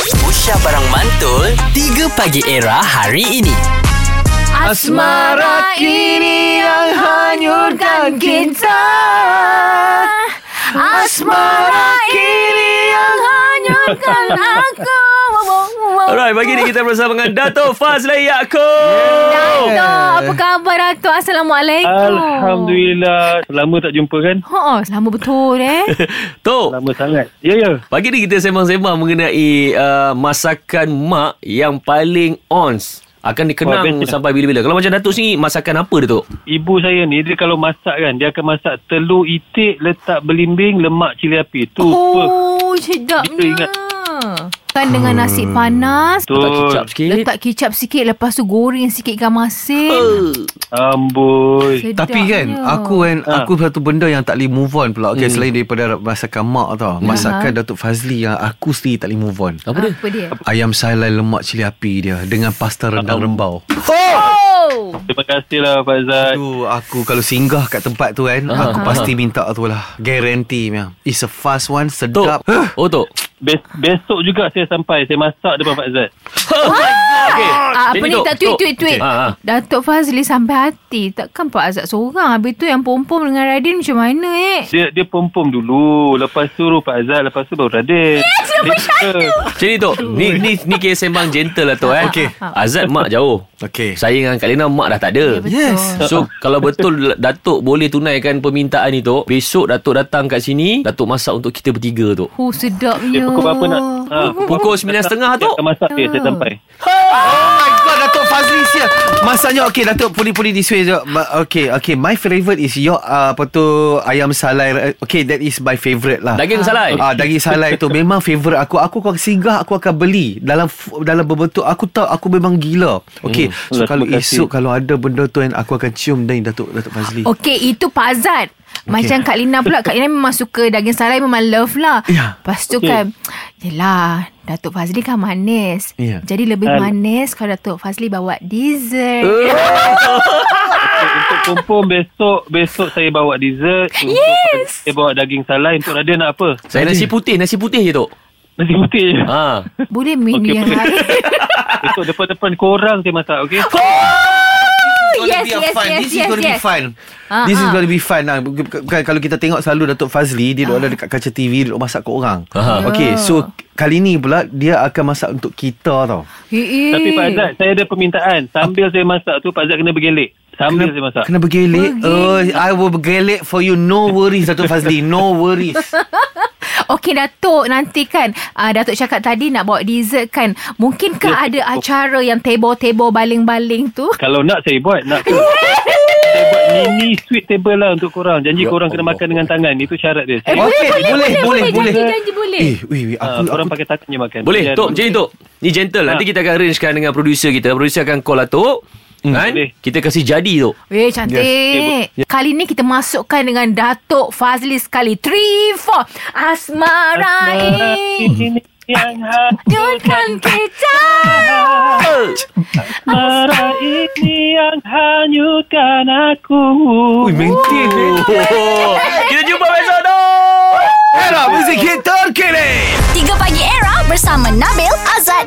Aisyah Barang Mantul 3 Pagi Era hari ini Asmara ini yang hanyutkan kita Asmara ini yang hanyutkan aku Alright, pagi ni kita bersama dengan Dato' Fazli Yaakob Dato', apa khabar Dato'? Assalamualaikum Alhamdulillah Lama tak jumpa kan Oh, lama betul eh Tok, Lama sangat Ya ya pagi ni kita sembang-sembang mengenai uh, masakan mak yang paling ons Akan dikenang Wah, bestnya. sampai bila-bila Kalau macam Dato' sini, masakan apa Dato'? Ibu saya ni Dia kalau masak kan Dia akan masak telur itik Letak belimbing Lemak cili api Tu oh. Oh, sedapnya Kita ingat. Hmm. Kan dengan nasi panas Betul. Letak kicap sikit Letak kicap sikit Lepas tu goreng sikit ikan masin Eh, Amboi Sedapnya. Tapi kan Aku kan Ha. Aku satu benda yang tak boleh move on pula okay, Selain daripada masakan mak tau Masakan Datuk Fazli Yang aku sendiri tak boleh move on Apa dia? Apa dia? Ayam salai lemak cili api dia Dengan pasta rendang rembau Oh Terima kasih lah Faizal Tu aku kalau singgah kat tempat tu kan Ha, Aku ha, pasti minta tu lah Guarantee punya. It's a fast one Tok, Sedap Huh. oh Tok Bes- Besok juga saya sampai Saya masak depan Faizal okay. Ah, apa Jadi, ni Tok, tak tweet Tok. tweet tweet. Okey. Ah, ah. Datuk Fazli sampai hati. Takkan Pak Azad seorang. Habis tu yang pom-pom dengan Radin macam mana eh? Dia dia pom-pom dulu Lepas tu Ruh Faizal Lepas tu baru Radin Yes Jadi Tok, ni, ni, ni kira sembang gentle lah Tok eh Okey. Azad mak jauh Okay Saya dengan Kak Lena mak dah tak ada Ya, betul. Yes. So kalau betul Datuk boleh tunaikan permintaan ni Tok Besok Datuk datang kat sini Datuk masak untuk kita bertiga Tok Oh sedapnya. Dia pukul berapa nak ya. ha, Pukul 9.30 Tok Saya akan masak dia Saya sampai Oh my god Datuk Fazli sia Masanya okay Datuk pulih-pulih this way sekejap. Ma- Okay okay My favourite is your uh, Apa tu Ayam salai Okay that is my favourite lah Daging salai Ah daging salai tu memang favorite aku. Aku akan singgah aku akan beli dalam f- dalam berbentuk aku tahu aku memang gila. Okey. Hmm. So Terima kalau kasih. esok kalau ada benda tu kan aku akan cium dari Datuk Datuk Fazli. Okey, itu Pak Azad. Macam Kak Lina pula Kak Lina memang suka Daging salai memang love lah Ya. Lepas tu Okey. kan Yelah Datuk Fazli kan manis Ya. Jadi lebih Al- manis Kalau Datuk Fazli bawa dessert Eh. Untuk pom-pom besok Besok saya bawa dessert Untuk yes. Saya bawa daging salai Untuk Radin nak apa? Saya nasi putih Nasi putih je Tok Nasi putih je Ah. ha. Boleh menu Okey, yang boleh. lain Besok depan-depan korang saya masak okay? Oh, yes, yes, fun. yes, This yes, is going to yes. be fun. Ah, This is ah. going to be fun. Nah, bukan, kalau kita tengok selalu Datuk Fazli dia Ah. duduk ada dekat kaca TV dia duduk masak kat orang. Aha. Okey, Oh. so kali ni pula dia akan masak untuk kita tau. Hei, Tapi Pak Azad saya ada permintaan Sambil saya masak tu Pak Azad kena bergelek Sambil saya masak Kena bergelek. Oh, I will bergelek for you. No worries Datuk Fazli. No worries. Okey Datuk nanti kan uh, Datuk cakap tadi nak bawa dessert kan Mungkinkah Ya. ada acara yang table-table baling-baling tu Kalau nak saya buat Nak ke? Saya buat mini sweet table lah untuk korang Janji Ya korang kena makan dengan tangan Itu syarat Eh, dia saya, Okey, boleh, boleh, boleh. Janji-janji boleh Eh, weh, weh, Ah, aku, korang aku pakai tangan je makan Boleh Tok macam ni Tok Ni gentle lah. Nanti Ha. kita akan arrangekan dengan producer kita Producer akan call lah Tok Kan? Hmm. Boleh. Kita kasih jadi Tok Weh cantik Kali ni kita masukkan dengan Datuk Fazli sekali 3, 4 Asmara ini Ini yang ha- hati Jujurkan kita Marah ini yang hanyutkan aku Ui, maintain eh. oh. Kita jumpa besok Tok Era muzik hit terkini 3 Pagi Era bersama Nabil, Azad